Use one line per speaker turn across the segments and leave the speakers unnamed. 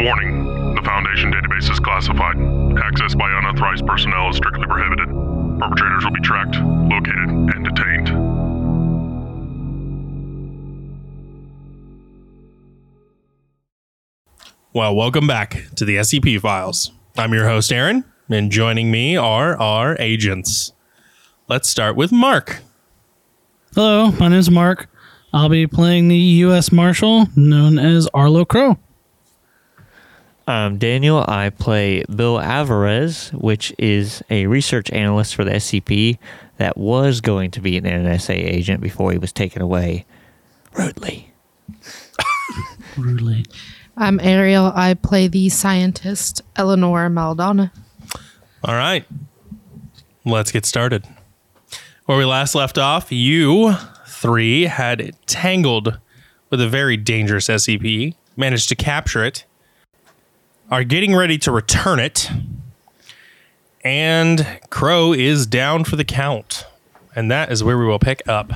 Warning The Foundation database is classified. Access by unauthorized personnel is strictly prohibited. Perpetrators will be tracked, located, and detained.
Well, welcome back to the SCP Files. I'm your host, Aaron, and joining me are our agents. Let's start with Mark.
Hello, my name is Mark. I'll be playing the U.S. Marshal known as Arlo Crow.
I'm Um, Daniel. I play Bill Alvarez, which is a research analyst for the SCP that was going to be an NSA agent before he was taken away rudely.
Brutally.
I'm Ariel. I play the scientist Eleanor Maldonado.
All right, let's get started. Where we last left off, you three had tangled with a very dangerous SCP, managed to capture it, are getting ready to return it, and Crow is down for the count. And that is where we will pick up.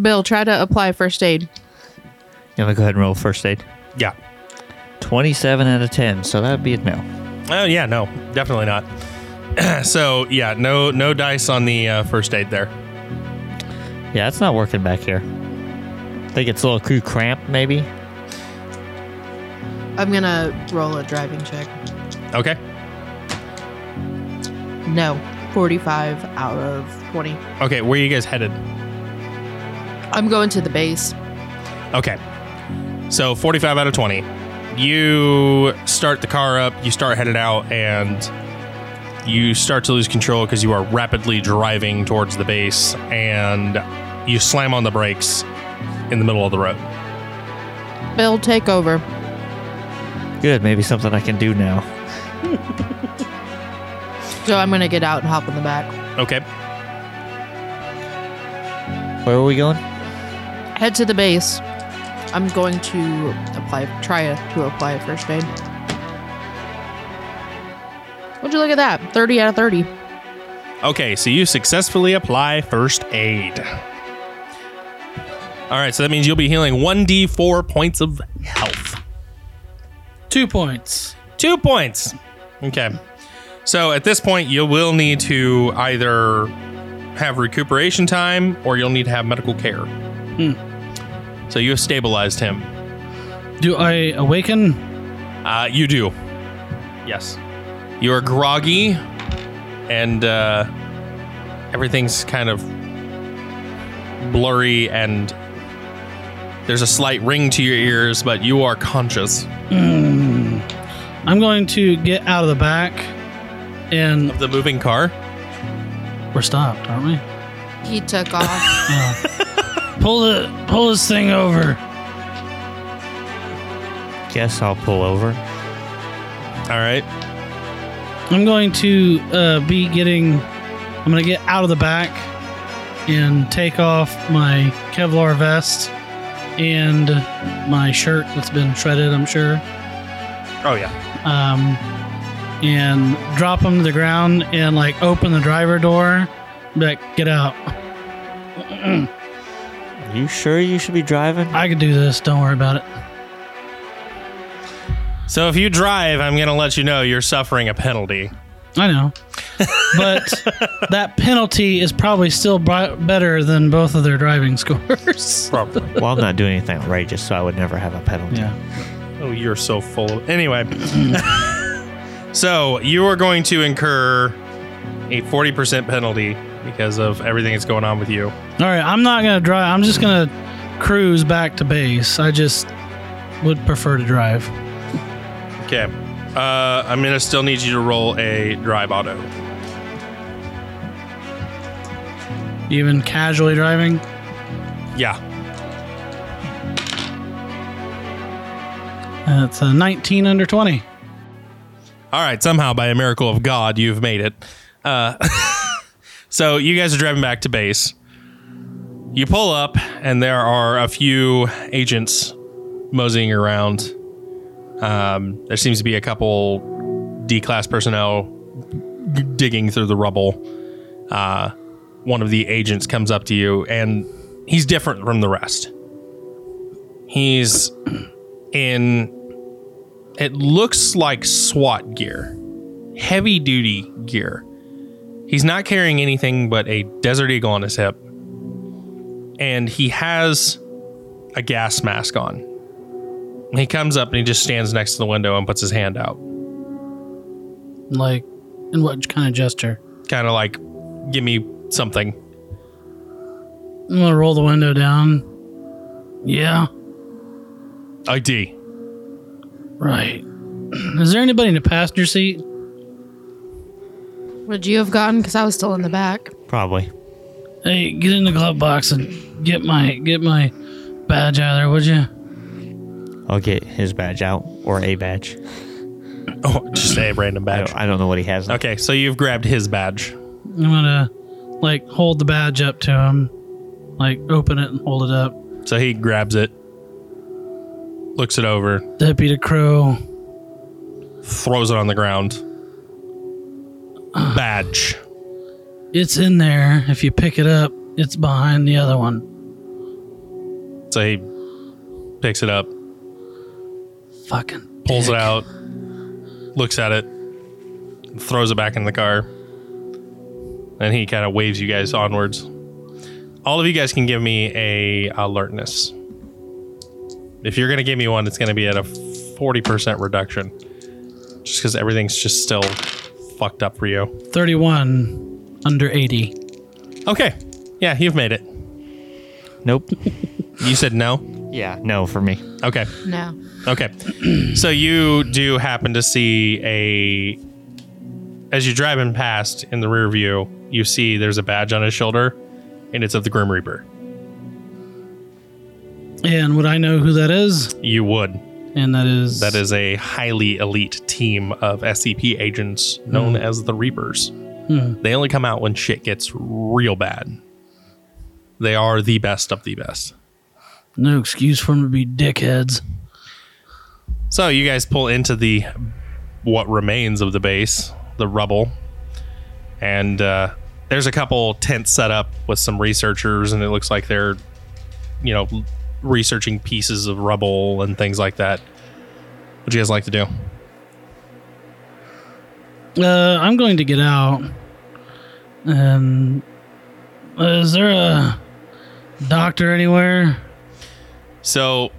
Bill, try to apply first aid.
You want to go ahead and roll first aid?
Yeah.
27 out of 10, so that'd be a no.
Oh yeah, no, definitely not. so yeah, no no dice on the uh, first aid there.
Yeah, it's not working back here. Think it's a little crew cramp, maybe?
I'm gonna roll a driving check.
Okay.
No, 45 out of 20.
Okay, where are you guys headed?
I'm going to the base.
Okay. So 45 out of 20. You start the car up, you start headed out, and you start to lose control because you are rapidly driving towards the base, and you slam on the brakes in the middle of the road.
Bill, take over.
Good, maybe something I can do now.
So I'm gonna get out and hop in the back.
Okay.
Where are we going?
Head to the base. I'm going to apply, try to apply first aid. Would you look at that? 30 out of 30.
Okay, so you successfully apply first aid. All right, so that means you'll be healing 1d4 points of health.
Two points.
Two points. Okay. So at this point, you will need to either have recuperation time or you'll need to have medical care. So you have stabilized him.
Do I awaken?
Uh, you do. Yes. You are groggy and uh, everything's kind of blurry and there's a slight ring to your ears, but you are conscious
I'm going to get out of the back and
of the moving car.
we're stopped, aren't we?
He took off.
Pull the pull this thing over.
Guess I'll pull over.
All right.
I'm going to uh, be getting. I'm going to get out of the back and take off my Kevlar vest and my shirt that's been shredded, I'm sure,
Oh, yeah.
um, and drop them to the ground and like open the driver door. Be like, get out.
You sure you should be driving?
I could do this. Don't worry about it.
So if you drive, I'm going to let you know you're suffering a penalty.
I know. But that penalty is probably still bri- better than both of their driving scores.
Probably.
Well, I'm not doing anything outrageous, so I would never have a penalty.
Yeah.
Oh, you're so full of. Anyway. so you are going to incur a 40% penalty because of everything that's going on with you.
All right. I'm not going to drive. I'm just going to cruise back to base. I just would prefer to drive.
Okay. Uh, I'm going to still need you to roll a drive auto.
Even casually driving.
Yeah.
That's a 19 under 20.
All right. Somehow, by a miracle of God, you've made it. Uh, so you guys are driving back to base. You pull up, and there are a few agents moseying around. Um, there seems to be a couple D class personnel g- digging through the rubble. Uh, one of the agents comes up to you, and he's different from the rest. He's in it looks like SWAT gear, heavy duty gear. He's not carrying anything but a Desert Eagle on his hip, and he has a gas mask on. And He comes up and he just stands next to the window and puts his hand out,
Like, in what kind of gesture?
kind of like, "Give me something."
I'm going to roll the window down. Yeah.
ID.
Right. Is there anybody in the passenger seat?
Would you have gotten? Because I was still in the back.
Probably.
Hey, get in the glove box and get my get my badge out of there, would you?
I'll get his badge out or a badge.
Oh, just a random
I
badge.
don't, I don't know what he has.
Okay, so you've grabbed his badge.
I'm gonna like hold the badge up to him, like open it and hold it up.
So he grabs it, looks it over,
Deputy Crow,
throws it on the ground. Badge.
it's in there. If you pick it up, it's behind the other one.
So he picks it up,
Fucking
pulls it
dick.
out, looks at it, throws it back in the car. And he kind of waves you guys onwards. All of you guys can give me a alertness. If you're going to give me one, it's going to be at a 40% reduction. Just because everything's just still fucked up for you.
Thirty-one under eighty.
Okay. Yeah, you've made it.
Nope.
You said no?
yeah. No for me.
Okay.
No.
Okay. so you do happen to see a as you're driving past in the rear view, you see there's a badge on his shoulder and it's of the Grim Reaper.
And would I know who that is?
You would.
And that is
That is a highly elite team of SCP agents known as the Reapers. They only come out when shit gets real bad. They are the best of the best.
no excuse for them to be dickheads.
So you guys pull into the what remains of the base, the rubble, and uh, there's a couple tents set up with some researchers, and it looks like they're, you know, researching pieces of rubble and things like that. Would you guys like to do?
Uh, I'm going to get out. And uh, is there a doctor anywhere?
So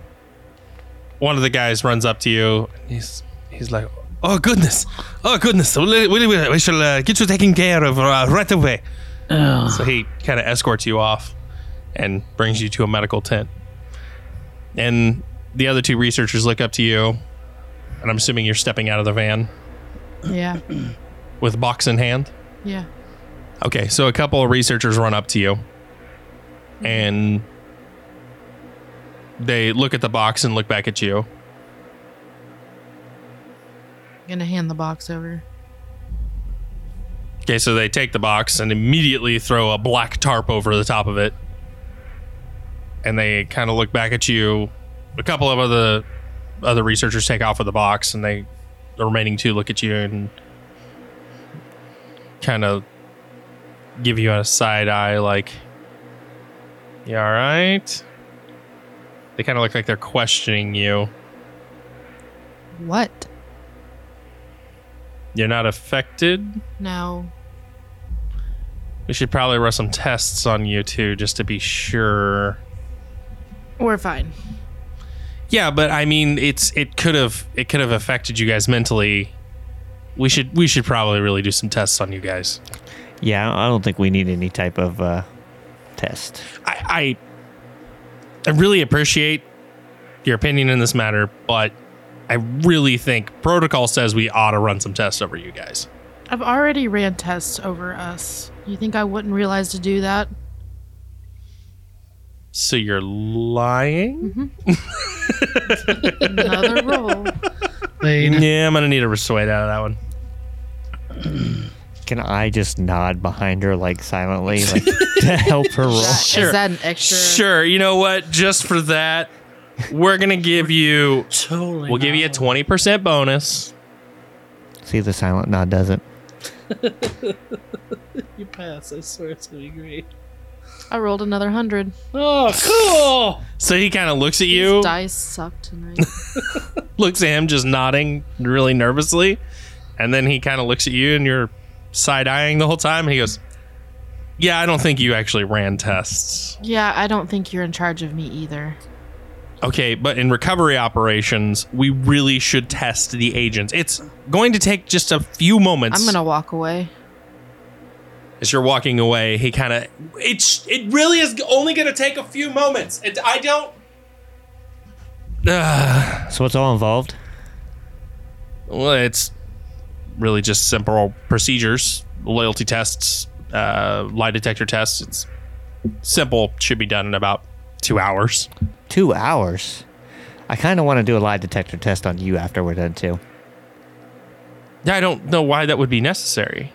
one of the guys runs up to you. And he's he's like, "Oh goodness, oh goodness, we, we, we- we shall uh, get you taken care of uh, right away."
Oh,
So he kind of escorts you off and brings you to a medical tent. And the other two researchers look up to you, and I'm assuming you're stepping out of the van
Yeah.
with box in hand.
Yeah.
Okay, so a couple of researchers run up to you and they look at the box and look back at you.
I'm gonna hand the box over.
Okay, so they take the box and immediately throw a black tarp over the top of it. And they kind of look back at you. A couple of other other researchers take off with the box and they the remaining two look at you and kind of give you a side eye like you all right? They kind of look like they're questioning you.
What?
You're not affected.
No.
We should probably run some tests on you too, just to be sure.
We're fine.
Yeah, but I mean, it's it could have it could have affected you guys mentally. We should we should probably really do some tests on you guys.
Yeah, I don't think we need any type of uh, test.
I, I I really appreciate your opinion in this matter, but I really think protocol says we ought to run some tests over you guys.
I've already ran tests over us. You think I wouldn't realize to do that?
So you're lying?
Another roll.
They
Yeah, I'm gonna need a persuade out of that one.
Can I just nod behind her like silently, like to help her roll?
Sure.
Is that an extra?
Sure, you know what? Just for that, we're gonna give you
totally.
we'll give you a twenty percent bonus.
See, the silent nod doesn't.
You pass. I swear it's gonna be great.
I rolled another hundred.
Oh, cool.
So he kind of looks at
These
you,
dice suck tonight.
looks at him, just nodding really nervously, and then he kind of looks at you, and you're side eyeing the whole time. And he goes, "Yeah, I don't think you actually ran tests.
yeah, I don't think you're in charge of me either.
Okay, but in recovery operations, we really should test the agents. It's going to take just a few moments.
I'm gonna walk away.
as you're walking away, he kind of it's it really is only going to take a few moments. It, I don't. Ugh.
So it's all involved.
Well, it's really just simple procedures, loyalty tests, uh, lie detector tests. It's simple. Should be done in about two hours.
Two hours. I kind of want to do a lie detector test on you after we're done too.
Yeah, I don't know why that would be necessary.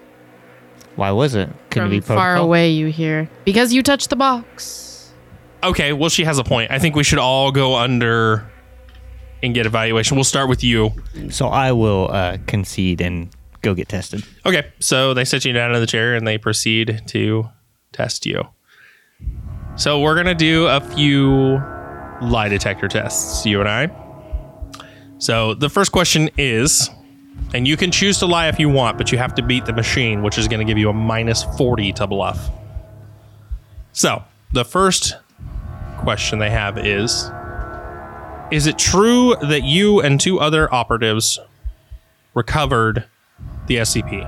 Why was it? Could it
From
be
far
protocol?
away, you hear because you touched the box.
Okay, well, she has a point. I think we should all go under and get evaluation. We'll start with you.
So I will uh, concede and go get tested.
Okay, so they sit you down in the chair and they proceed to test you. So we're gonna do a few lie detector tests, you and I. So the first question is, and you can choose to lie if you want, but you have to beat the machine, which is gonna give you a minus 40 to bluff. So the first question they have is Is it true that you and two other operatives recovered the SCP?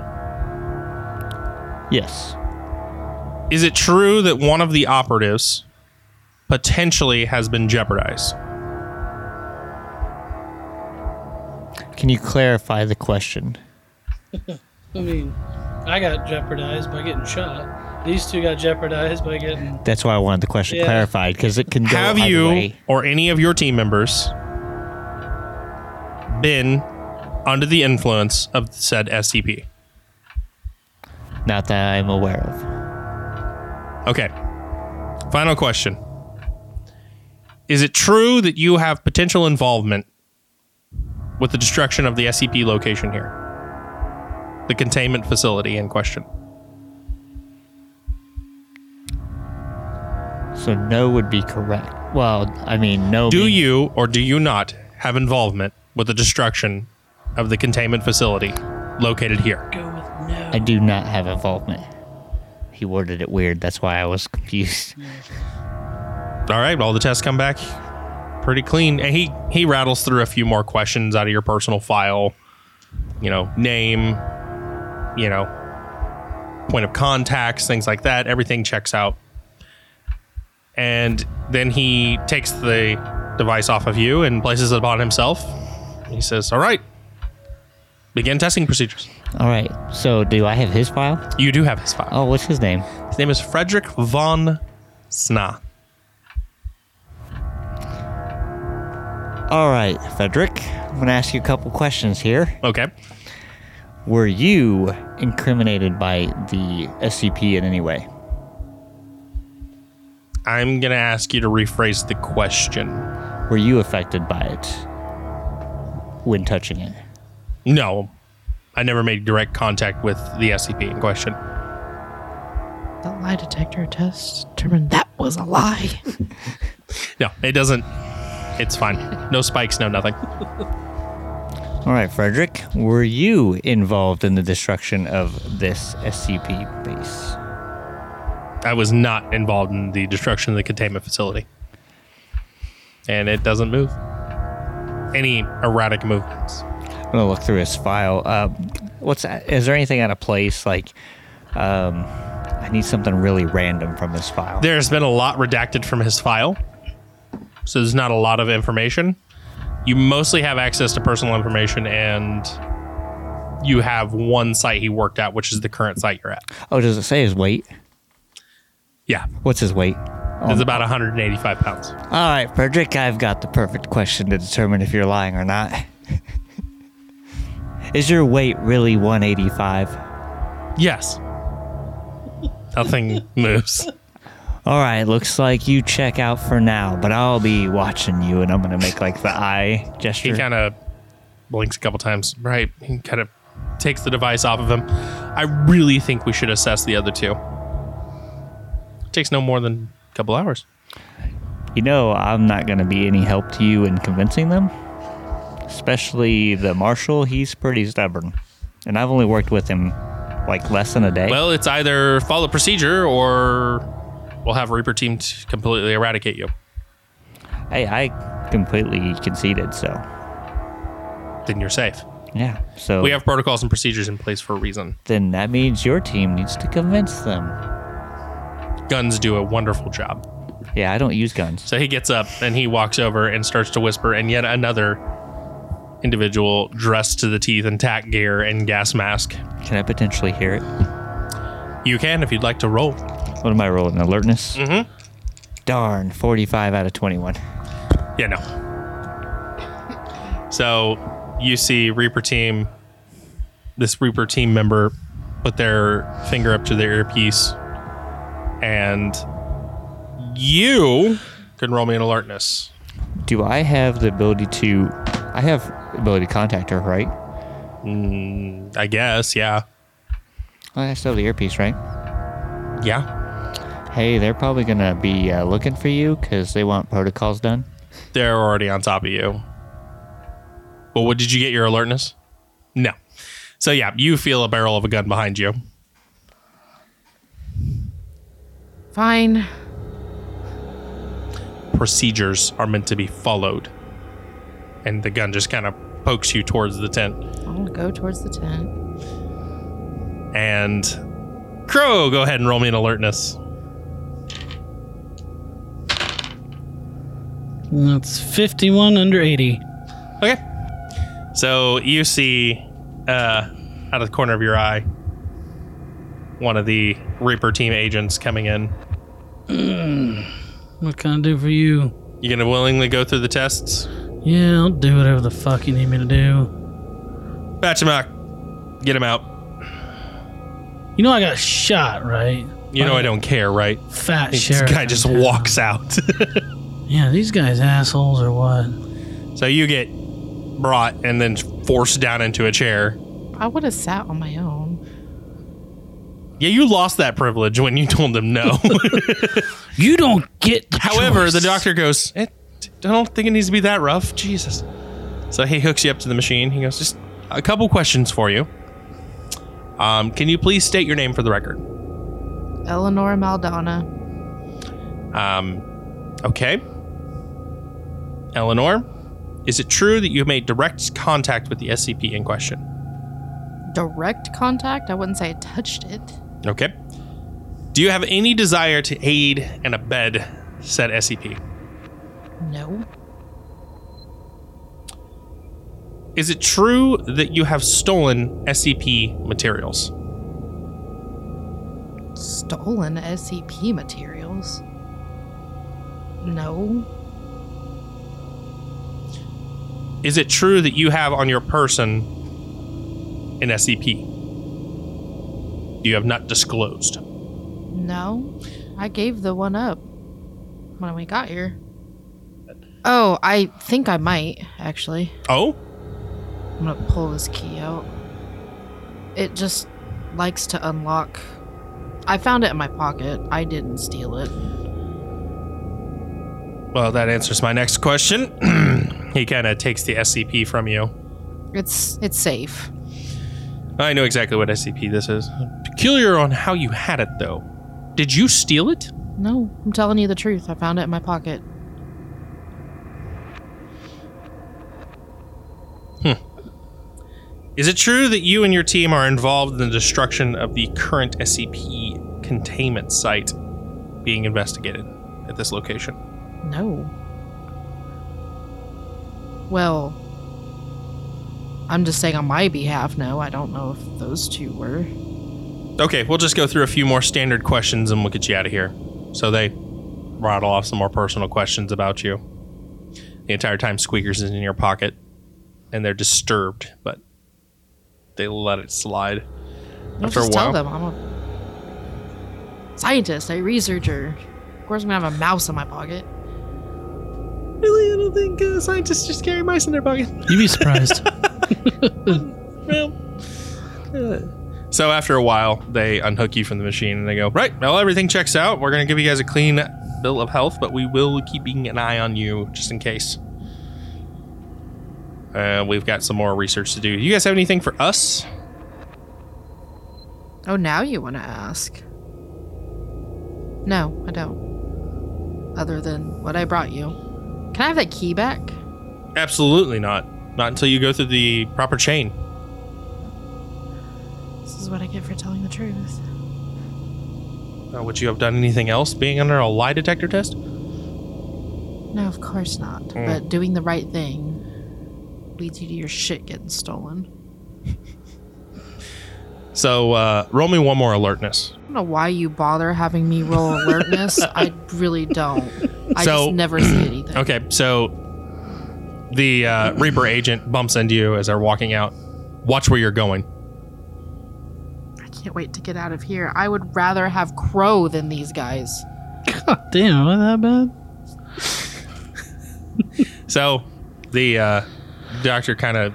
Yes.
Is it true that one of the operatives potentially has been jeopardized?
Can you clarify the question?
I mean, I got jeopardized by getting shot. These two got jeopardized by getting.
That's why I wanted the question
Yeah.
clarified because it can go
Have
either
you
way.
or any of your team members been under the influence of said SCP?
Not that I'm aware of.
Okay. Final question. Is it true that you have potential involvement with the destruction of the SCP location here? The containment facility in question.
So no would be correct. Well, I mean, no.
Do
mean-
you or do you not have involvement with the destruction of the containment facility located here?
I do not have involvement. He worded it weird. That's why I was confused.
All right, all the tests come back pretty clean. And he he rattles through a few more questions out of your personal file. You know, name, you know, point of contacts, things like that. Everything checks out. And then he takes the device off of you and places it upon himself. He says, "All right. Begin testing procedures."
All right. So do I have his file?
You do have his file.
Oh, what's his name?
His name is Frederick von Sna.
All right, Frederick. I'm gonna ask you a couple questions here.
Okay.
Were you incriminated by the SCP in any way?
I'm going to ask you to rephrase the question.
Were you affected by it when touching it?
No, I never made direct contact with the SCP in question.
The lie detector test determined that was a lie.
No, it doesn't. It's fine. No spikes, no nothing.
All right, Frederick, were you involved in the destruction of this SCP base?
I was not involved in the destruction of the containment facility. And it doesn't move. Any erratic movements.
I'm gonna look through his file. Uh, what's is there anything out of place? Like, um, I need something really random from this file.
There's been a lot redacted from his file. So there's not a lot of information. You mostly have access to personal information and you have one site he worked at, which is the current site you're at.
oh, does it say his weight?
Yeah.
What's his weight? Um,
It's about 185 pounds.
All right, Frederick, I've got the perfect question to determine if you're lying or not. is your weight really 185?
Yes. Nothing moves.
All right, looks like you check out for now, but I'll be watching you, and I'm gonna make like the eye
He
gesture.
kind of blinks a couple times. Right. He kind of takes the device off of him. I really think we should assess the other two. takes no more than a couple hours.
You know, I'm not gonna be any help to you in convincing them, especially the marshal. He's pretty stubborn, and I've only worked with him like less than a day.
Well, it's either follow procedure or we'll have Reaper team to completely eradicate you.
hey, I completely conceded, so
Then you're safe.
yeah. So
We have protocols and procedures in place for a reason.
then that means your team needs to convince them.
Guns do a wonderful job.
Yeah, I don't use guns.
So he gets up and he walks over and starts to whisper, and yet another individual dressed to the teeth in tack gear and gas mask.
Can I potentially hear it?
You can if you'd like to roll.
What am I rolling? Alertness. Mm-hmm. Darn, 45 out of 21.
Yeah, no. So you see Reaper team, this Reaper team member put their finger up to their earpiece, and you can roll me an alertness.
Do I have the ability to? I have ability to contact her, right? Oh,
I guess, yeah.
I still have the earpiece, right?
Yeah.
Hey, they're probably gonna be uh, looking for you because they want protocols done.
They're already on top of you. Well, what did you get your alertness? No. So yeah, you feel a barrel of a gun behind you.
Fine.
procedures are meant to be followed. And the gun just kind of pokes you towards the tent.
I'll go towards the tent.
And Crow, go ahead and roll me an alertness.
That's 51 under 80.
Okay. So you see, uh, out of the corner of your eye, one of the Reaper team agents coming in.
What can I do for you?
You gonna willingly go through the tests?
Yeah, I'll do whatever the fuck you need me to do.
Batch him out. Get him out.
You know I got shot, right?
You know I don't care, right?
Fat
This
sheriff.
guy just
in town.
walks out.
Yeah, these guys assholes or what?
so you get brought and then forced down into a chair.
I would have sat on my own.
Yeah, you lost that privilege when you told them no.
You don't get the
However, the
choice.
doctor goes, "Eh, I don't think it needs to be that rough. Jesus. So he hooks you up to the machine. He goes, just a couple questions for you. Um, can you please state your name for the record?
Eleanor Maldana.
Um, okay. Eleanor, is it true that you made direct contact with the SCP in question?
Direct contact? I wouldn't say I touched it.
Okay. Do you have any desire to aid and abet said SCP?
No.
Is it true that you have stolen SCP materials?
Stolen SCP materials? No.
Is it true that you have on your person an SCP? You have not disclosed.
No. I gave the one up when we got here. Oh, I think I might, actually.
Oh?
I'm gonna pull this key out. It just likes to unlock. I found it in my pocket. I didn't steal it.
Well, that answers my next question. he kind of takes the SCP E from you
It's it's safe.
I know exactly what SCP this is. Peculiar on how you had it, though. Did you steal it?
No, I'm telling you the truth. I found it in my pocket.
Is it true that you and your team are involved in the destruction of the current SCP containment site being investigated at this location?
No. Well, I'm just saying on my behalf. No, I don't know if those two were.
Okay, we'll just go through a few more standard questions and we'll get you out of here. So they rattle off some more personal questions about you. The entire time, Squeakers is in your pocket and they're disturbed, but they let it slide.
I'll
After a
just
while.
tell them I'm a scientist, a researcher. Of course, I'm gonna have a mouse in my pocket.
Really, I don't think uh, scientists just carry mice in their pocket.
You'd be surprised.
So after a while, they unhook you from the machine and they go, right, well, everything checks out. We're going to give you guys a clean bill of health, but we will keeping an eye on you just in case. Uh, we've got some more research to do. You guys have anything for us?
Oh, now you want to ask? No, I don't. Other than what I brought you. Can I have that key back?
Absolutely not. Not until you go through the proper chain.
This is what I get for telling the truth.
Uh, would you have done anything else being under a lie detector test?
No, of course not.
Mm.
But doing the right thing leads you to your shit getting stolen.
So uh, roll me one more alertness.
I don't know why you bother having me roll alertness. I really don't. I
So-
just never see anything.
Okay, so the uh, Reaper agent bumps into you as they're walking out. Watch where you're going.
I can't wait to get out of here. I would rather have Crow than these guys.
God damn, was that bad?
So the uh, doctor kind of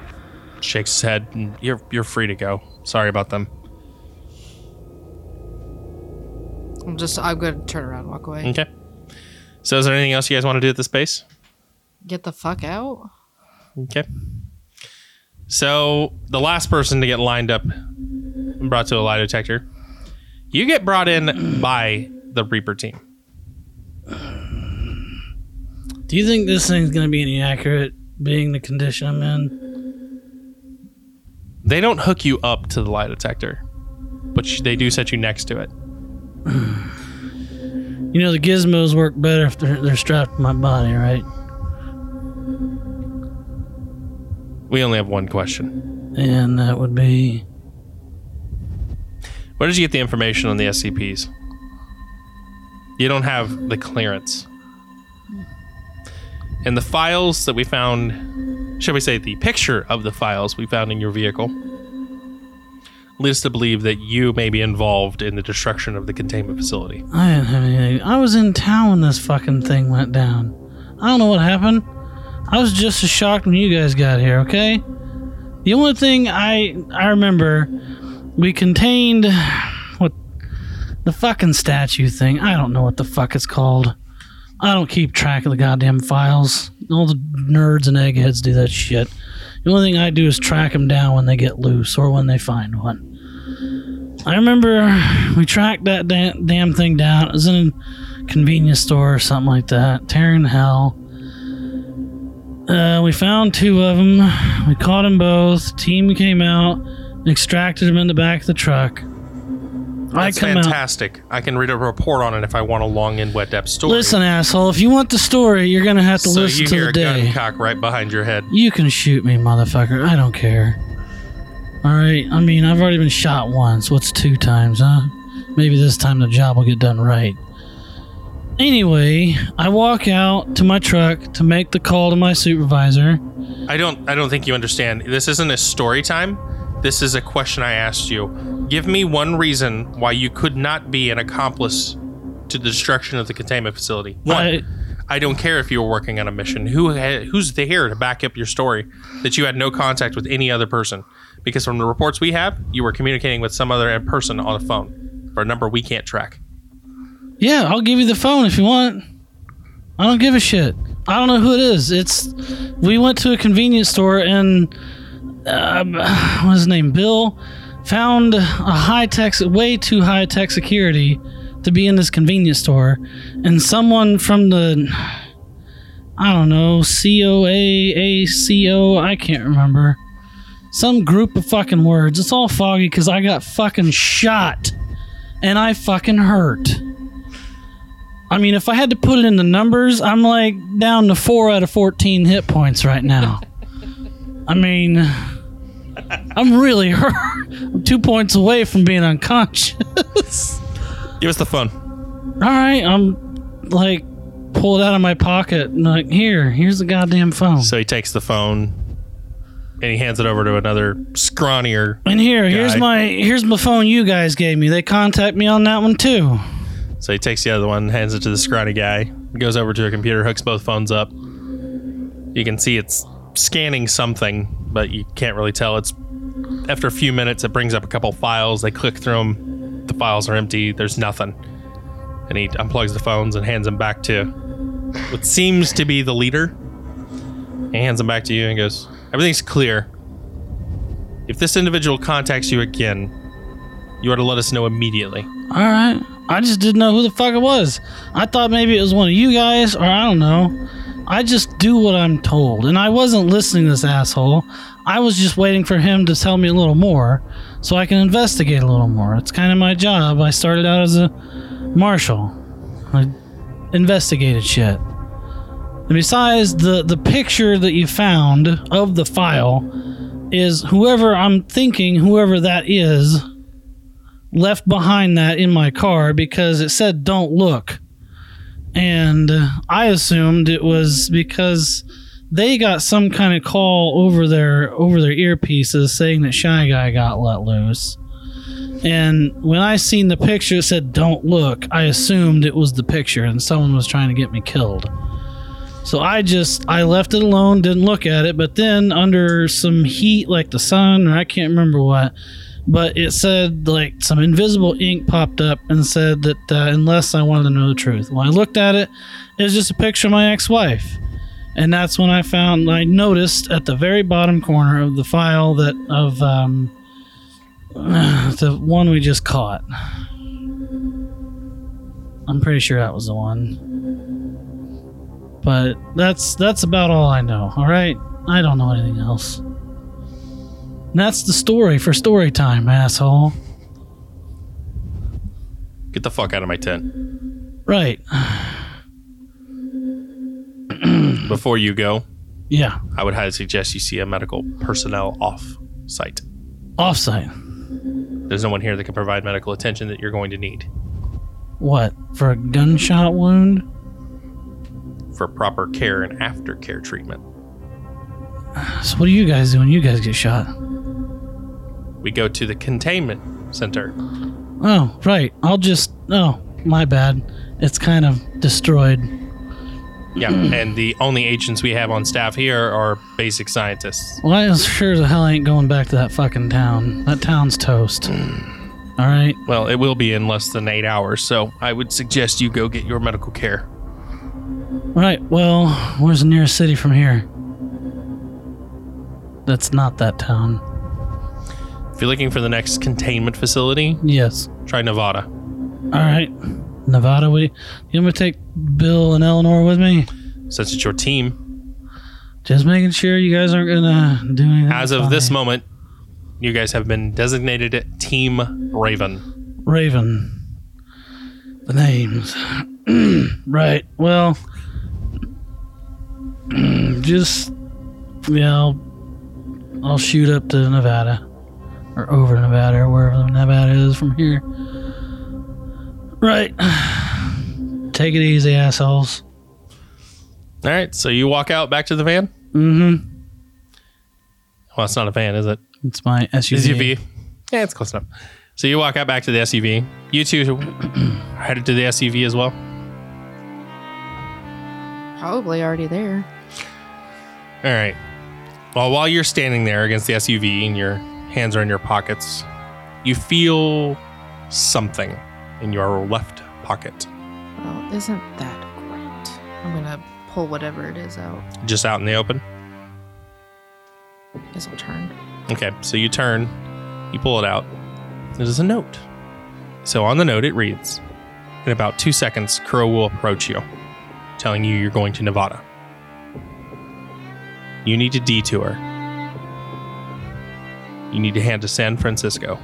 shakes his head. And you're you're free to go. Sorry about them.
I'm just, I'm gonna turn around and walk away.
Okay. So is there anything else you guys want to do at this base?
Get the fuck out?
Okay. So the last person to get lined up and brought to a lie detector, you get brought in by the Reaper team.
Do you think this thing's gonna be any accurate, being the condition I'm in?
They don't hook you up to the lie detector, but sh- they do set you next to it.
You know the gizmos work better if they're, they're strapped to my body, right?
We only have one question.
And that would be
Where did you get the information on the SCPs? You don't have the clearance. And the files that we found, shall we say, the picture of the files we found in your vehicle, leads us to believe that you may be involved in the destruction of the containment facility.
I didn't have anything. I was in town when this fucking thing went down. I don't know what happened. I was just as shocked when you guys got here, okay? The only thing I I remember we contained what the fucking statue thing. I don't know what the fuck it's called. I don't keep track of the goddamn files. All the nerds and eggheads do that shit. The only thing I do is track them down when they get loose or when they find one. I remember we tracked that da- damn thing down. It was in a convenience store or something like that, tearing hell. Uh, we found two of them. We caught them both. Team came out, extracted them in the back of the truck.
That's
I come out.
fantastic. I can read a report on it if I want a long and wet depth story.
Listen, asshole, if you want the story, you're gonna have to
so
listen
you
to
hear
the
a gun
day.
cock right behind your head.
You can shoot me, motherfucker. I don't care. Alright, I mean, I've already been shot once. What's two times, huh? Maybe this time the job will get done right. Anyway, I walk out to my truck to make the call to my supervisor.
I don't I don't think you understand. This isn't a story time. This is a question I asked you. Give me one reason why you could not be an accomplice to the destruction of the containment facility. One,
I-
I, don't care if you were working on a mission. Who ha- who's there to back up your story that you had no contact with any other person? Because from the reports we have, you were communicating with some other person on a phone for a number we can't track.
Yeah, I'll give you the phone if you want. I don't give a shit. I don't know who it is. It's we went to a convenience store and um, what's his name? Bill found a high tech, way too high tech security to be in this convenience store, and someone from the, I don't know, COAACO, I can't remember, some group of fucking words. It's all foggy because I got fucking shot, and I fucking hurt. I mean, if I had to put it in the numbers, I'm like down to four out of 14 hit points right now. I mean, I'm really hurt. I'm two points away from being unconscious.
Give us the phone.
All right, I'm like pulled out of my pocket and like, here, here's the goddamn phone.
So he takes the phone and he hands it over to another scrawnier.
and here, here's
guy.
my here's my phone you guys gave me. They contact me on that one too.
So he takes the other one, hands it to the scrawny guy, goes over to a computer, hooks both phones up. You can see it's scanning something, but you can't really tell. It's after a few minutes, it brings up a couple files. They click through them. The files are empty. There's nothing. And he unplugs the phones and hands them back to what seems to be the leader. He hands them back to you and goes, "Everything's clear. If this individual contacts you again, you are to let us know immediately."
All right, I just didn't know who the fuck it was. I thought maybe it was one of you guys or I don't know. I just do what I'm told, and I wasn't listening to this asshole. I was just waiting for him to tell me a little more so I can investigate a little more. It's kind of my job. I started out as a marshal. I investigated shit. And besides the the picture that you found of the file is whoever I'm thinking whoever that is left behind that in my car because it said don't look. And uh, I assumed it was because they got some kind of call over their over their earpieces saying that Shy Guy got let loose. And when I seen the picture it said don't look, I assumed it was the picture and someone was trying to get me killed. So I just I left it alone, didn't look at it, but then under some heat like the sun or I can't remember what, but it said like some invisible ink popped up and said that uh, unless I wanted to know the truth. When I looked at it, it was just a picture of my ex-wife, and that's when I found I noticed at the very bottom corner of the file that of um, the one we just caught. I'm pretty sure that was the one. But that's that's about all I know. All right, I don't know anything else. And That's the story for story time, asshole.
Get the fuck out of my tent.
Right.
Before you go,
Yeah.
I would highly suggest you see a medical personnel off site.
Offsite.
There's no one here that can provide medical attention that you're going to need
What? For a gunshot wound?
for proper care and aftercare treatment.
So what do you guys do when you guys get shot?
We go to the containment center.
Oh, right. I'll just oh, my bad. It's kind of destroyed.
Yeah, and the only agents we have on staff here are basic scientists.
Well, I as sure as hell ain't going back to that fucking town. That town's toast. Alright.
Well, it will be in less than eight hours, so I would suggest you go get your medical care.
Right, well, where's the nearest city from here? That's not that town.
If you're looking for the next containment facility,
Yes.
try Nevada.
Alright. Nevada, we you want me to take Bill and Eleanor with me?
Since it's your team,
Just making sure you guys aren't gonna do anything.
as of this
funny.
moment, you guys have been designated Team Raven.
Raven. The names. right. Well, just yeah, I'll, I'll shoot up to Nevada or over to Nevada or wherever Nevada is from here. Right. Take it easy, assholes.
All right, so you walk out back to the van.
Mm-hmm.
Well, it's not a van, is it?
It's my SUV.
SUV. Yeah, it's close enough. So you walk out back to the SUV. You two are headed to the SUV as well.
Probably already there.
All right. Well, while you're standing there against the SUV and your hands are in your pockets, you feel something in your left pocket,
Well, isn't that great? I'm gonna pull whatever it is out.
just out in the open.
It's all turned.
Okay, so you turn, you pull it out. There's a note. So on the note, it reads In about two seconds, Crow will approach you, telling you you're going to Nevada. You need to detour. You need to hand to San Francisco.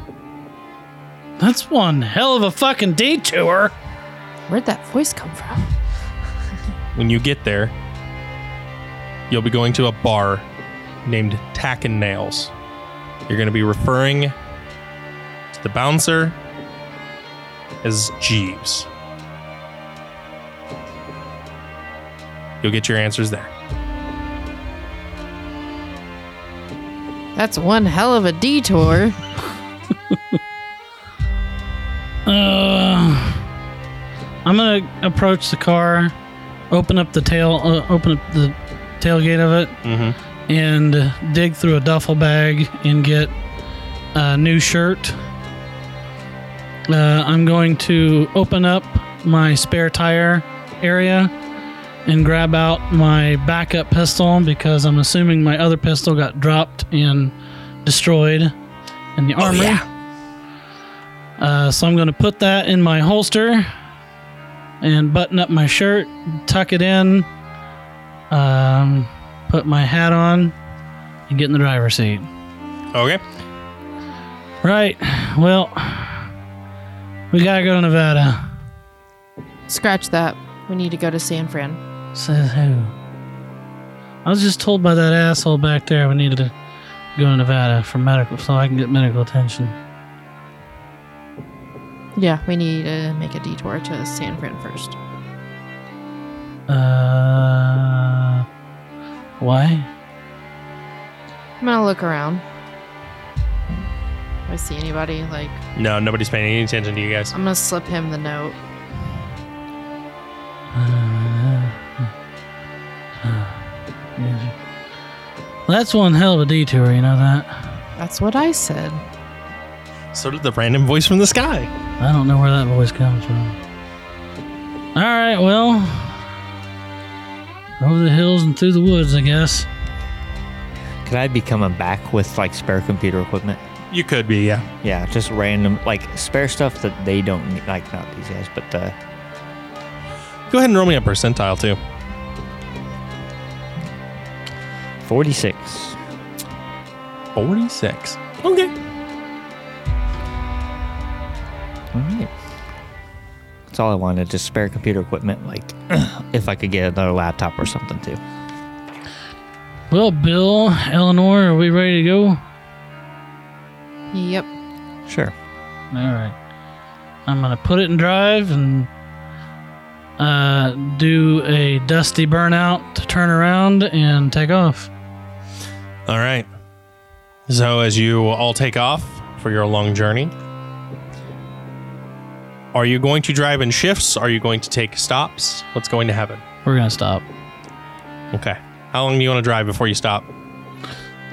That's one hell of a fucking detour.
Where'd that voice come from?
When you get there, you'll be going to a bar named Tack and Nails. You're going to be referring to the bouncer as Jeeves. You'll get your answers there.
That's one hell of a detour.
Uh, I'm gonna approach the car, open up the tail, uh, open up the tailgate of it,
Mm-hmm.
and dig through a duffel bag and get a new shirt. Uh, I'm going to open up my spare tire area and grab out my backup pistol because I'm assuming my other pistol got dropped and destroyed in the
Oh,
armory. Uh, so I'm going to put that in my holster and button up my shirt, tuck it in, um, put my hat on, and get in the driver's seat.
Okay.
Right. Well, we gotta go to Nevada.
Scratch that. We need to go to San Fran.
Says who? I was just told by that asshole back there we needed to go to Nevada for medical, so I can get medical attention.
Yeah, we need to make a detour to San Fran first.
Uh, why?
I'm gonna look around. If I see anybody, like,
No, nobody's paying any attention to you guys.
I'm gonna slip him the note.
That's one hell of a detour, you know that.
That's what I said.
So did the random voice from the sky.
I don't know where that voice comes from. All right, well, over the hills and through the woods, I guess.
Could I be coming back with like spare computer equipment?
You could be, yeah.
Yeah, just random, like spare stuff that they don't need. Like, not these guys, but the.
Go ahead and roll me a percentile too.
46.
Forty-six. Okay.
All right. That's all I wanted, just spare computer equipment. Like, if I could get another laptop or something too.
Well, Bill, Eleanor, are we ready to go? All
Yep.
Sure.
right. I'm going to put it in drive and uh, do a dusty burnout to turn around and take off.
All right. So, as you all take off for your long journey, are you going to drive in shifts? Are you going to take stops? What's going to happen?
We're going to stop.
Okay. How long do you want to drive before you stop?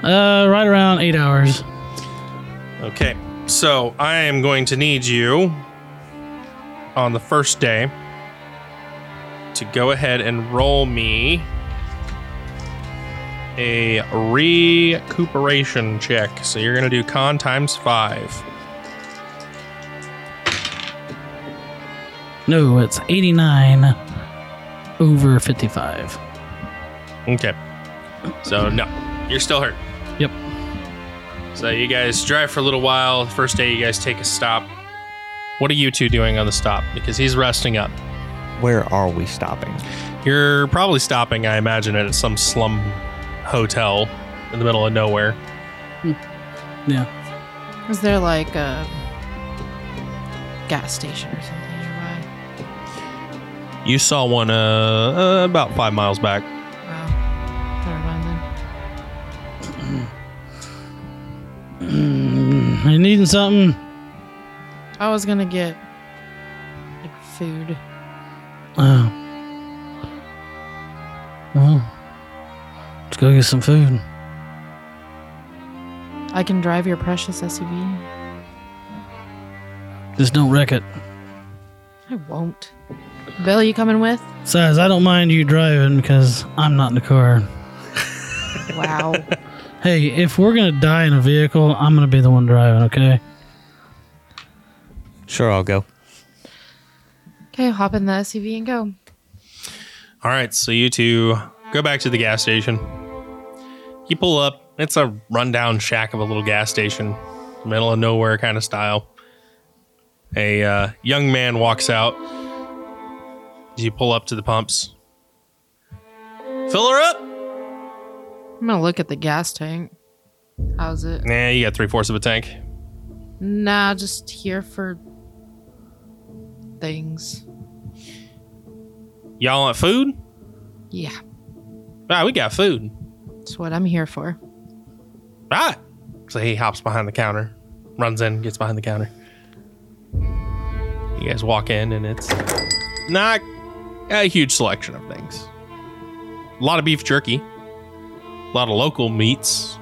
Uh, right around eight hours.
Okay. So, I am going to need you on the first day to go ahead and roll me a recuperation check. So, you're going to do con times five.
No, it's 89 over 55.
Okay. So no, you're still hurt.
Yep.
So you guys drive for a little while. First day, you guys take a stop. What are you two doing on the stop? Because he's resting up.
Where are we stopping?
You're probably stopping, I imagine, at some slum hotel in the middle of nowhere.
Yeah.
Is there like a gas station or something nearby?
You saw one uh, uh about five miles back.
Wow. Never mind then.
Are you needing something?
I was gonna get like food.
Oh. Well, let's go get some food.
I can drive your precious SUV.
Just don't wreck it.
I won't. Bill, you coming with?
Says, I don't mind you driving because I'm not in the car.
Wow.
Hey, if we're gonna die in a vehicle, I'm gonna be the one driving. Okay.
Sure, I'll go.
Okay, hop in the SUV and go.
All right, so you two go back to the gas station. You pull up. It's a rundown shack of a little gas station, middle of nowhere kind of style. A uh, young man walks out. You pull up to the pumps. Fill her up.
I'm gonna look at the gas tank. How's it?
Nah, you got three fourths of a tank.
Nah, just here for things.
Y'all want food?
Yeah,
Ah, we got food.
that's what I'm here for.
Right. Ah! So he hops behind the counter, runs in, gets behind the counter. You guys walk in, and it's not a huge selection of things. A lot of beef jerky, a lot of local meats,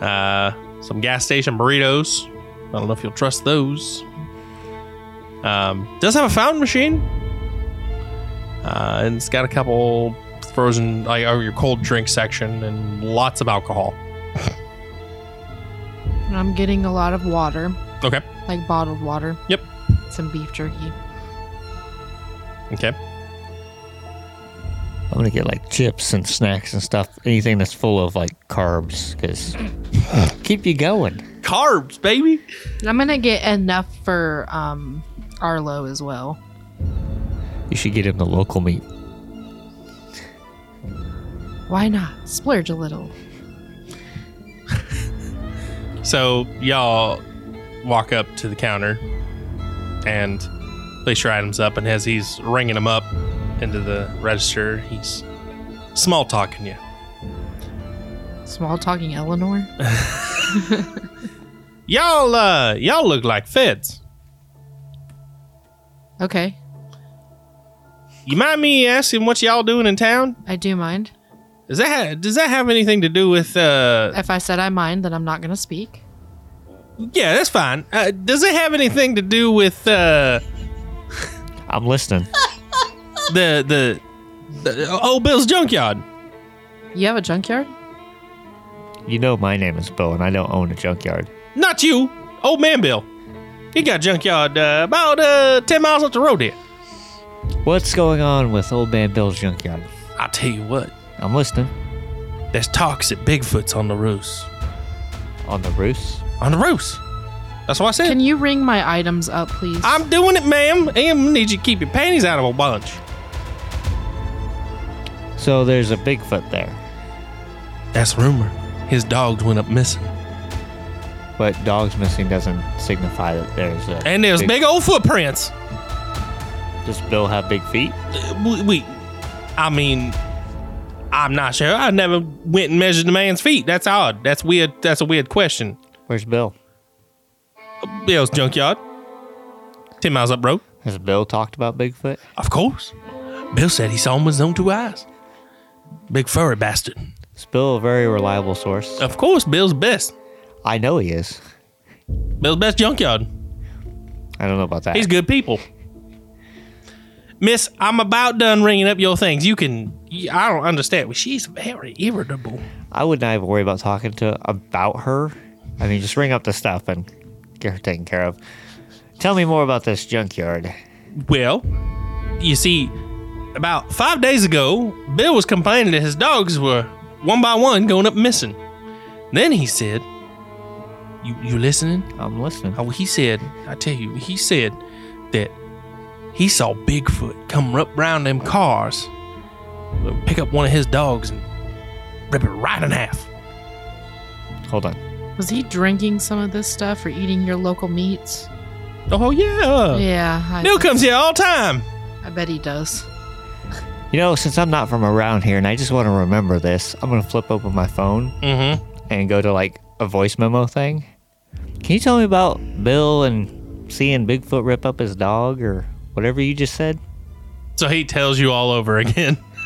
uh, some gas station burritos. I don't know if you'll trust those. Um, does have a fountain machine, uh, and it's got a couple frozen, like or your cold drink section, and lots of alcohol.
And I'm getting a lot of water,
Okay.
like bottled water.
Yep.
Some beef jerky.
Okay.
I'm gonna get like chips and snacks and stuff. Anything that's full of like carbs, because keep you going.
Carbs, baby.
And I'm gonna get enough for um Arlo as well.
You should get him the local meat.
Why not? Splurge a little.
So y'all walk up to the counter and place your items up, and as he's ringing them up into the register, he's small talking you.
Small talking Eleanor.
Y'all, uh, y'all look like feds.
Okay,
You mind me asking what y'all doing in town?
I do mind.
Does that ha- does that have anything to do with? uh
If I said I mind, then I'm not gonna speak.
Yeah, that's fine. Uh, does it have anything to do with uh
I'm listening.
the the, the old Bill's junkyard?
You have a junkyard?
You know my name is Bill, and I don't own a junkyard.
Not you, old man Bill. He got junkyard uh, about uh, ten miles up the road here.
What's going on with Old Man Bill's junkyard?
I tell you what,
I'm listening.
there's talks that Bigfoot's on the roost.
On the roofs.
On the roost. That's what I said.
Can you ring my items up, please?
I'm doing it, ma'am. And need you to keep your panties out of a bunch.
So there's a Bigfoot there,
That's rumor. His dogs went up missing.
but dogs missing doesn't signify that there's a.
And there's big old footprints.
Does Bill have big feet?
Uh, We, we- I mean, I'm not sure. I never went and measured the man's feet. That's odd. That's weird. That's a weird question. Uh,
Where's Bill?
Bill's junkyard. Ten miles up road.
Has Bill talked about Bigfoot?
Of course. Bill said he saw him with his own two eyes. Big furry bastard.
Is Bill a very reliable source?
Of course, Bill's best.
I know he is.
Bill's best junkyard.
I don't know about that.
He's good people. Miss, I'm about done ringing up your things. You can. y- I don't understand. Well, she's very irritable.
I would not even worry about talking to about her. I mean, just ring up the stuff and get her taken care of. Tell me more about this junkyard.
Well, you see, about five days ago, Bill was complaining that his dogs were one by one going up missing. Then he said, "You you listening?"
I'm listening.
Oh, he said, I tell you, he said that he saw Bigfoot come up round them cars, uh, pick up one of his dogs and rip it right in half.
Hold on.
Was he drinking some of this stuff or eating your local meats?
Oh yeah,
yeah. I
Bill
bet-
comes here all time.
I bet he does.
You know, since I'm not from around here and I just want to remember this, I'm going to flip open my phone
Mm-hmm.
and go to like a voice memo thing. Can you tell me about Bill and seeing Bigfoot rip up his dog or whatever you just said?
So he tells you all over again,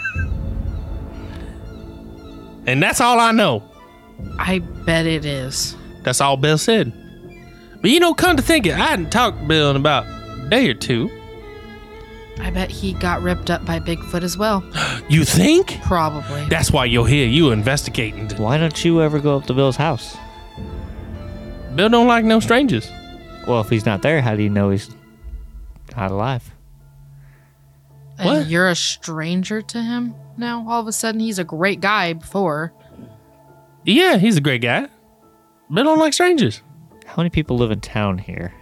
and that's all I know.
I bet it is.
That's all Bill said. But you know, come to think it, I hadn't talked to Bill in about a day or two.
I bet he got ripped up by Bigfoot as well.
You think?
Probably.
That's why you'll hear you investigating.
Why don't you ever go up to Bill's house?
Bill don't like no strangers.
Well, if he's not there, how do you know he's not alive?
And
What?
you're a stranger to him now? All of a sudden, he's a great guy before.
Yeah, he's a great guy. Bill don't like strangers.
How many people live in town here?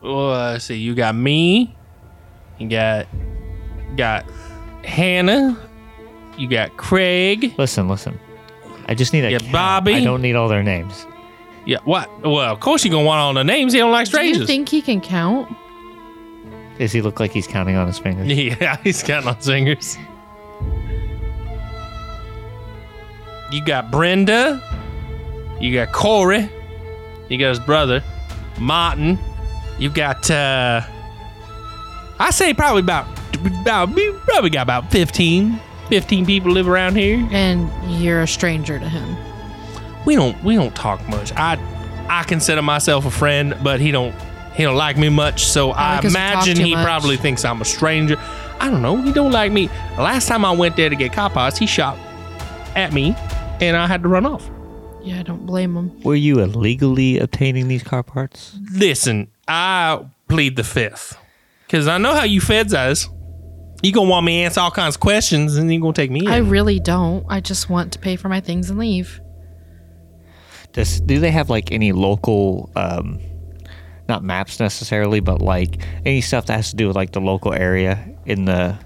Well, uh, see, you got me. You got got Hannah. You got Craig.
Listen, listen. I just need a
Yeah,
count.
Bobby.
I don't need all their names.
Yeah, what? Well, of course you gonna want all the names. He don't like
Do you
strangers.
think he can count?
Does he look like he's counting on his fingers?
yeah, he's counting on singers. You got Brenda. You got Corey. You got his brother, Martin. You got uh I say probably about about we probably got about 15 15 people live around here.
And you're a stranger to him.
we don't we don't talk much. I I consider myself a friend, but he don't he don't like me much. So I
Oh, 'cause you talk
imagine
too
he
much.
probably thinks I'm a stranger. I don't know. He don't like me. Last time I went there to get copos, he shot at me, and I had to run off.
Yeah, I don't blame him.
Were you illegally obtaining these car parts?
Listen, I plead the fifth because I know how you feds us. You gonna want me to answer all kinds of questions, and you gonna take me in.
I really don't. I just want to pay for my things and leave.
Does do they have like any local um not maps necessarily, but like any stuff that has to do with like the local area in the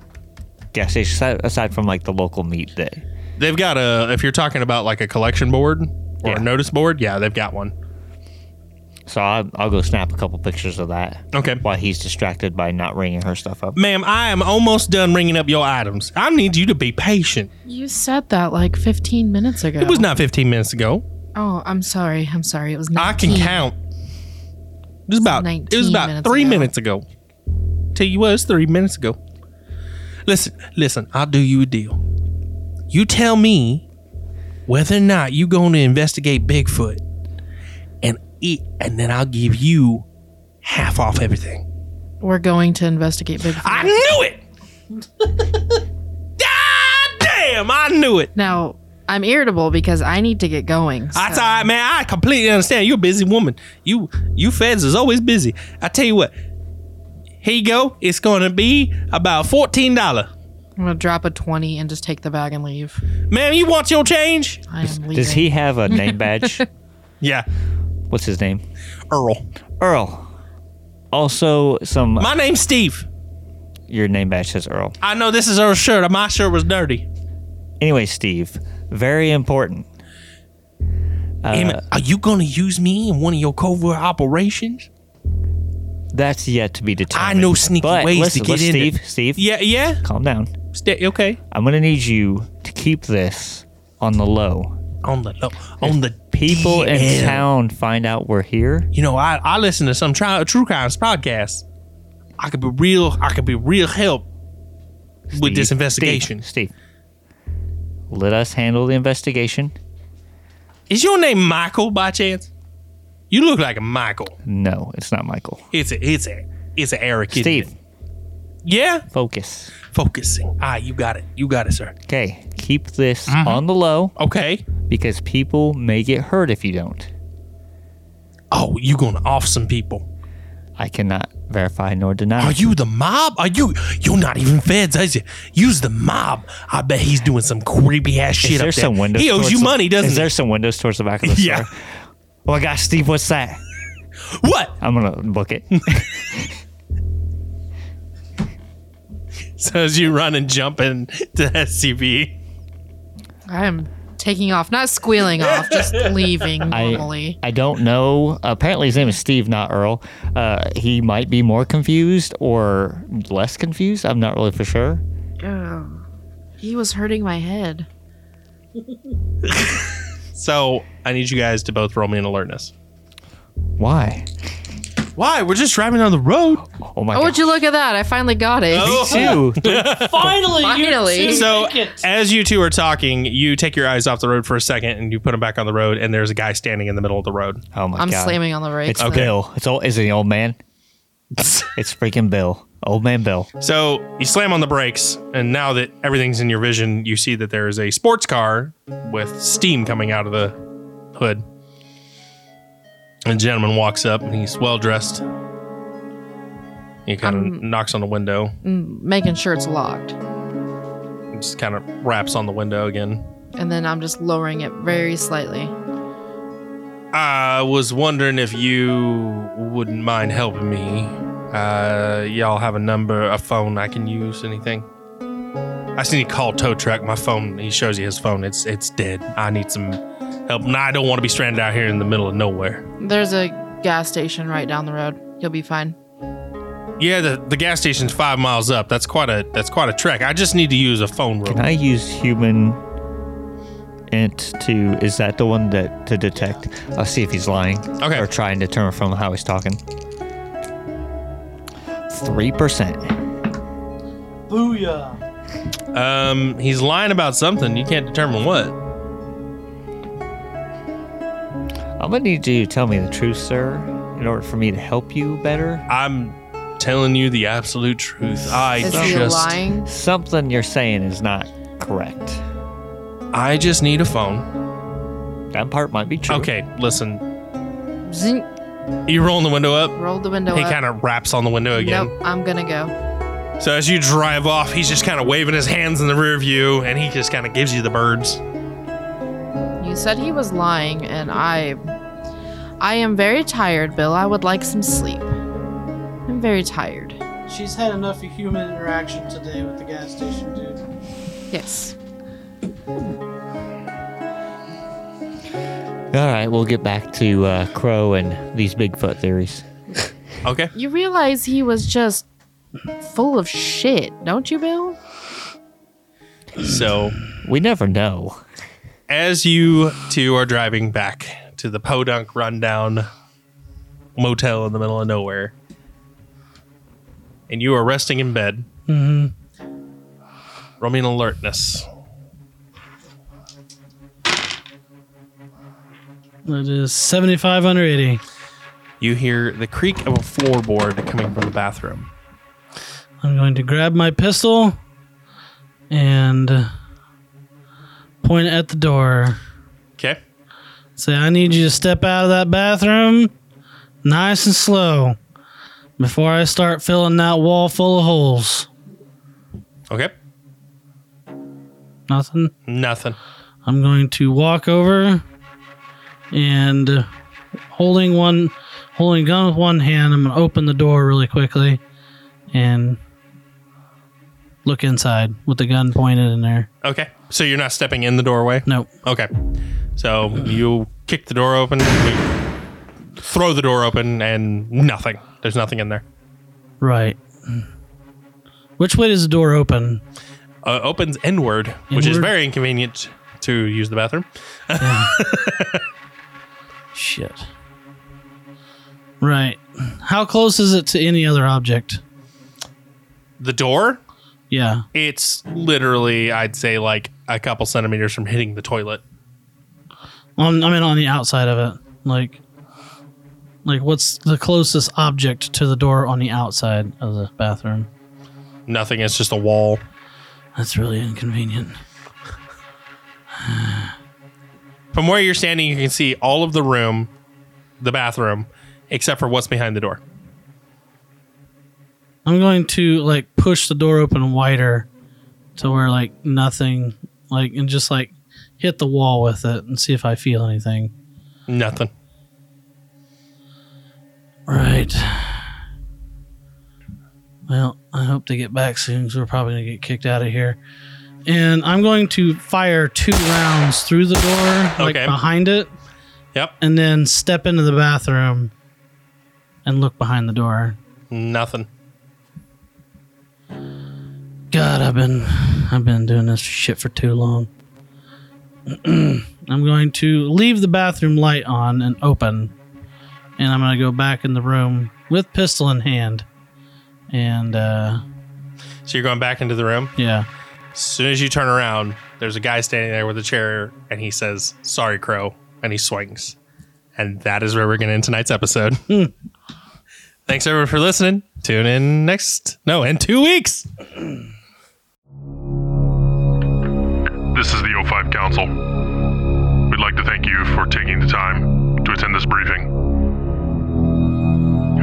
gas station aside, aside from like the local meat day.
They've got a. If you're talking about like a collection board or
Yeah.
a notice board, yeah, they've got one.
So I, I'll go snap a couple pictures of that
Okay.
while he's distracted by not ringing her stuff up.
Ma'am, I am almost done ringing up your items. I need you to be patient.
You said that like 15 minutes ago.
It was not 15 minutes ago.
Oh, I'm sorry. I'm sorry. It was 19.
I can count. It was about it was
19
about
minutes
three
ago.
minutes ago. Tell you what, it's three minutes ago. Listen, listen. I'll do you a deal. You tell me whether or not you going to investigate Bigfoot, and eat, and then I'll give you half off everything.
We're going to investigate Bigfoot.
I knew it. God damn! I knew it.
now, I'm irritable because I need to get going.
That's
so-
all right, man. I completely understand. You're a busy woman. You you feds is always busy. I tell you what. Here you go. It's gonna be about fourteen dollar.
I'm going to drop a 20 and just take the bag and leave.
Ma'am, you want your change?
I am leaving.
Does he have a name badge?
Yeah,
What's his name?
Earl.
Earl. Also, some
My name's Steve.
your name badge says Earl.
I know this is Earl's shirt. My shirt was dirty.
Anyway, Steve, very important.
Hey, man, are you gonna use me in one of your covert operations?
That's yet to be determined.
know sneaky
but
ways to
listen,
get
listen,
in
Steve,
there.
Steve,
Yeah, yeah.
calm down.
Stay, okay.
I'm gonna need you to keep this on the low.
On the low, on the
People in
DL.
town find out we're here.
you know, I, I listen to some tri- true crimes podcasts. I could be real. I could be real help with this
Steve,
investigation.
Steve, Steve, let us handle the investigation.
Is your name Michael by chance? You look like a Michael.
No, it's not Michael.
It's a it's a it's a Eric. isn't
Steve,
it? Yeah.
focus.
Focusing. Ah, you got it. You got it, sir.
Okay, keep this
Mm-hmm.
on the low
Okay.
because people may get hurt if you don't.
Oh, you gonna off some people?
I cannot verify nor deny.
Are you the mob? Are you? You're not even feds, is you? Use the mob. I bet he's doing some creepy ass shit
Is there
up there.
some windows?
he owes
towards
you
the-
money, doesn't
Is there some windows towards the back of the
Yeah.
store? Oh my gosh, Steve, what's that?
he? What?
I'm gonna book it.
So as you run and jump in to SCP.
I am taking off, not squealing off, just leaving normally.
I don't know. Apparently, his name is Steve, not Earl. Uh, he might be more confused or less confused. I'm not really for sure.
Ugh. He was hurting my head.
So I need you guys to both roll me an alertness.
Why?
Why? We're just driving down the road.
Oh my
Oh,
god.
would you look at that? I finally got it.
Oh.
Two.
Finally, you
Finally.
two
So
make it.
as you two are talking, you take your eyes off the road for a second and you put them back on the road, and there's a guy standing in the middle of the road.
Oh my
I'm
god.
slamming on the brakes.
It's Bill. It's old. Is it the old man? It's freaking Bill. Old man Bill.
So you slam on the brakes, and now that everything's in your vision, you see that there is a sports car with steam coming out of the hood. A gentleman walks up, and he's well dressed. He kind of
Um,
knocks on the window,
making sure it's locked.
just kind of raps on the window again.
And then I'm just lowering it very slightly.
I was wondering if you wouldn't mind helping me. Uh, y'all have a number, a phone I can use, anything? I just need to call tow truck. My phone, he shows you his phone. It's it's dead. I need some help. Now I don't want to be stranded out here in the middle of nowhere.
There's a gas station right down the road. You'll be fine.
Yeah, the, the gas station's five miles up. That's quite a that's quite a trek. I just need to use a phone room.
Can I use human int to? Is that the one that to detect? I'll see if he's lying.
Okay.
Or trying to determine from how he's talking. Three percent.
Booyah.
Um, he's lying about something. You can't determine what.
I'm gonna need you to tell me the truth, sir, in order for me to help you better.
I'm telling you the absolute truth. I
Is
just
he lying?
Something you're saying is not correct.
I just need a phone.
That part might be true.
Okay, listen.
Zing.
You rolling the window up?
Roll the window
He
up.
kind of raps on the window again.
Nope, I'm gonna go.
So as you drive off, he's just kind of waving his hands in the rear view, and he just kind of gives you the birds.
You said he was lying, and I. I am very tired, Bill. I would like some sleep. I'm very tired.
She's had enough of human interaction today with the gas station dude.
Yes.
All right, we'll get back to uh, Crow and these Bigfoot theories.
Okay.
You realize he was just full of shit, don't you, Bill?
So
We never know.
as you two are driving back to the Podunk rundown motel in the middle of nowhere, and you are resting in bed, mm-hmm. roll me an alertness.
That is 75 under 80.
You hear the creak of a floorboard coming from the bathroom.
I'm going to grab my pistol and point at the door.
Okay.
Say, I need you to step out of that bathroom nice and slow before I start filling that wall full of holes.
Okay.
Nothing.
Nothing.
I'm going to walk over and uh, holding one holding a gun with one hand, I'm gonna open the door really quickly and look inside with the gun pointed in there.
Okay. So you're not stepping in the doorway?
Nope.
Okay. So you kick the door open, you throw the door open, and nothing. There's nothing in there.
Right. Which way does the door open?
Uh, opens inward, which is
Inward?
very inconvenient to use the bathroom.
Shit. Right. How close is it to any other object?
The door,
Yeah.
it's literally, I'd say, like a couple centimeters from hitting the toilet.
On I mean on the outside of it. Like like what's the closest object to the door on the outside of the bathroom?
Nothing. It's just a wall.
That's really inconvenient.
From where you're standing, you can see all of the room, the bathroom, except for what's behind the door.
I'm going to like push the door open wider to where like nothing like and just like hit the wall with it and see if I feel anything.
Nothing.
Right. Well, I hope they get back soon because we're probably going to get kicked out of here. And I'm going to fire two rounds through the door, like
Okay.
behind it,
Yep.
and then step into the bathroom and look behind the door.
Nothing.
God, I've been I've been doing this shit for too long. I'm going to leave the bathroom light on and open, and I'm going to go back in the room with pistol in hand, and uh,
So you're going back into the room.
yeah,
As soon as you turn around, there's a guy standing there with a chair, and he says, "Sorry, Crow," and he swings. And that is where we're going to end tonight's episode. Thanks everyone for listening. Tune in next. No, in two weeks.
This is the O5 Council. We'd like to thank you for taking the time to attend this briefing.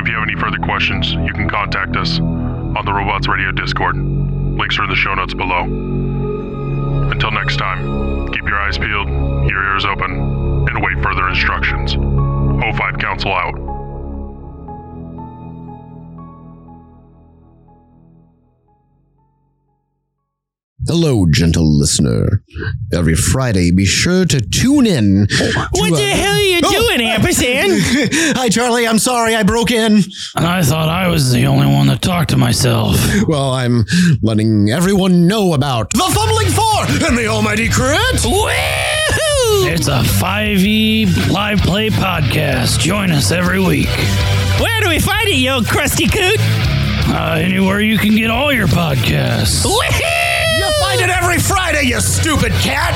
If you have any further questions, you can contact us on the Robots Radio Discord. Links are in the show notes below. Until next time, keep your eyes peeled, your ears open, and await further instructions. O5 Council out.
Hello, gentle listener. Every Friday, be sure to tune in. what the hell are you doing, Ampersand? Hi, Charlie. I'm sorry I broke in.
I thought I was the only one that talked to myself.
Well, I'm letting everyone know about the Fumbling Four and the Almighty Crit. Woo!
It's a 5e live play podcast. Join us every week.
Where do we find it, yo, crusty coot?
Uh, anywhere you can get all your podcasts.
You'll find it every Friday, you stupid cat.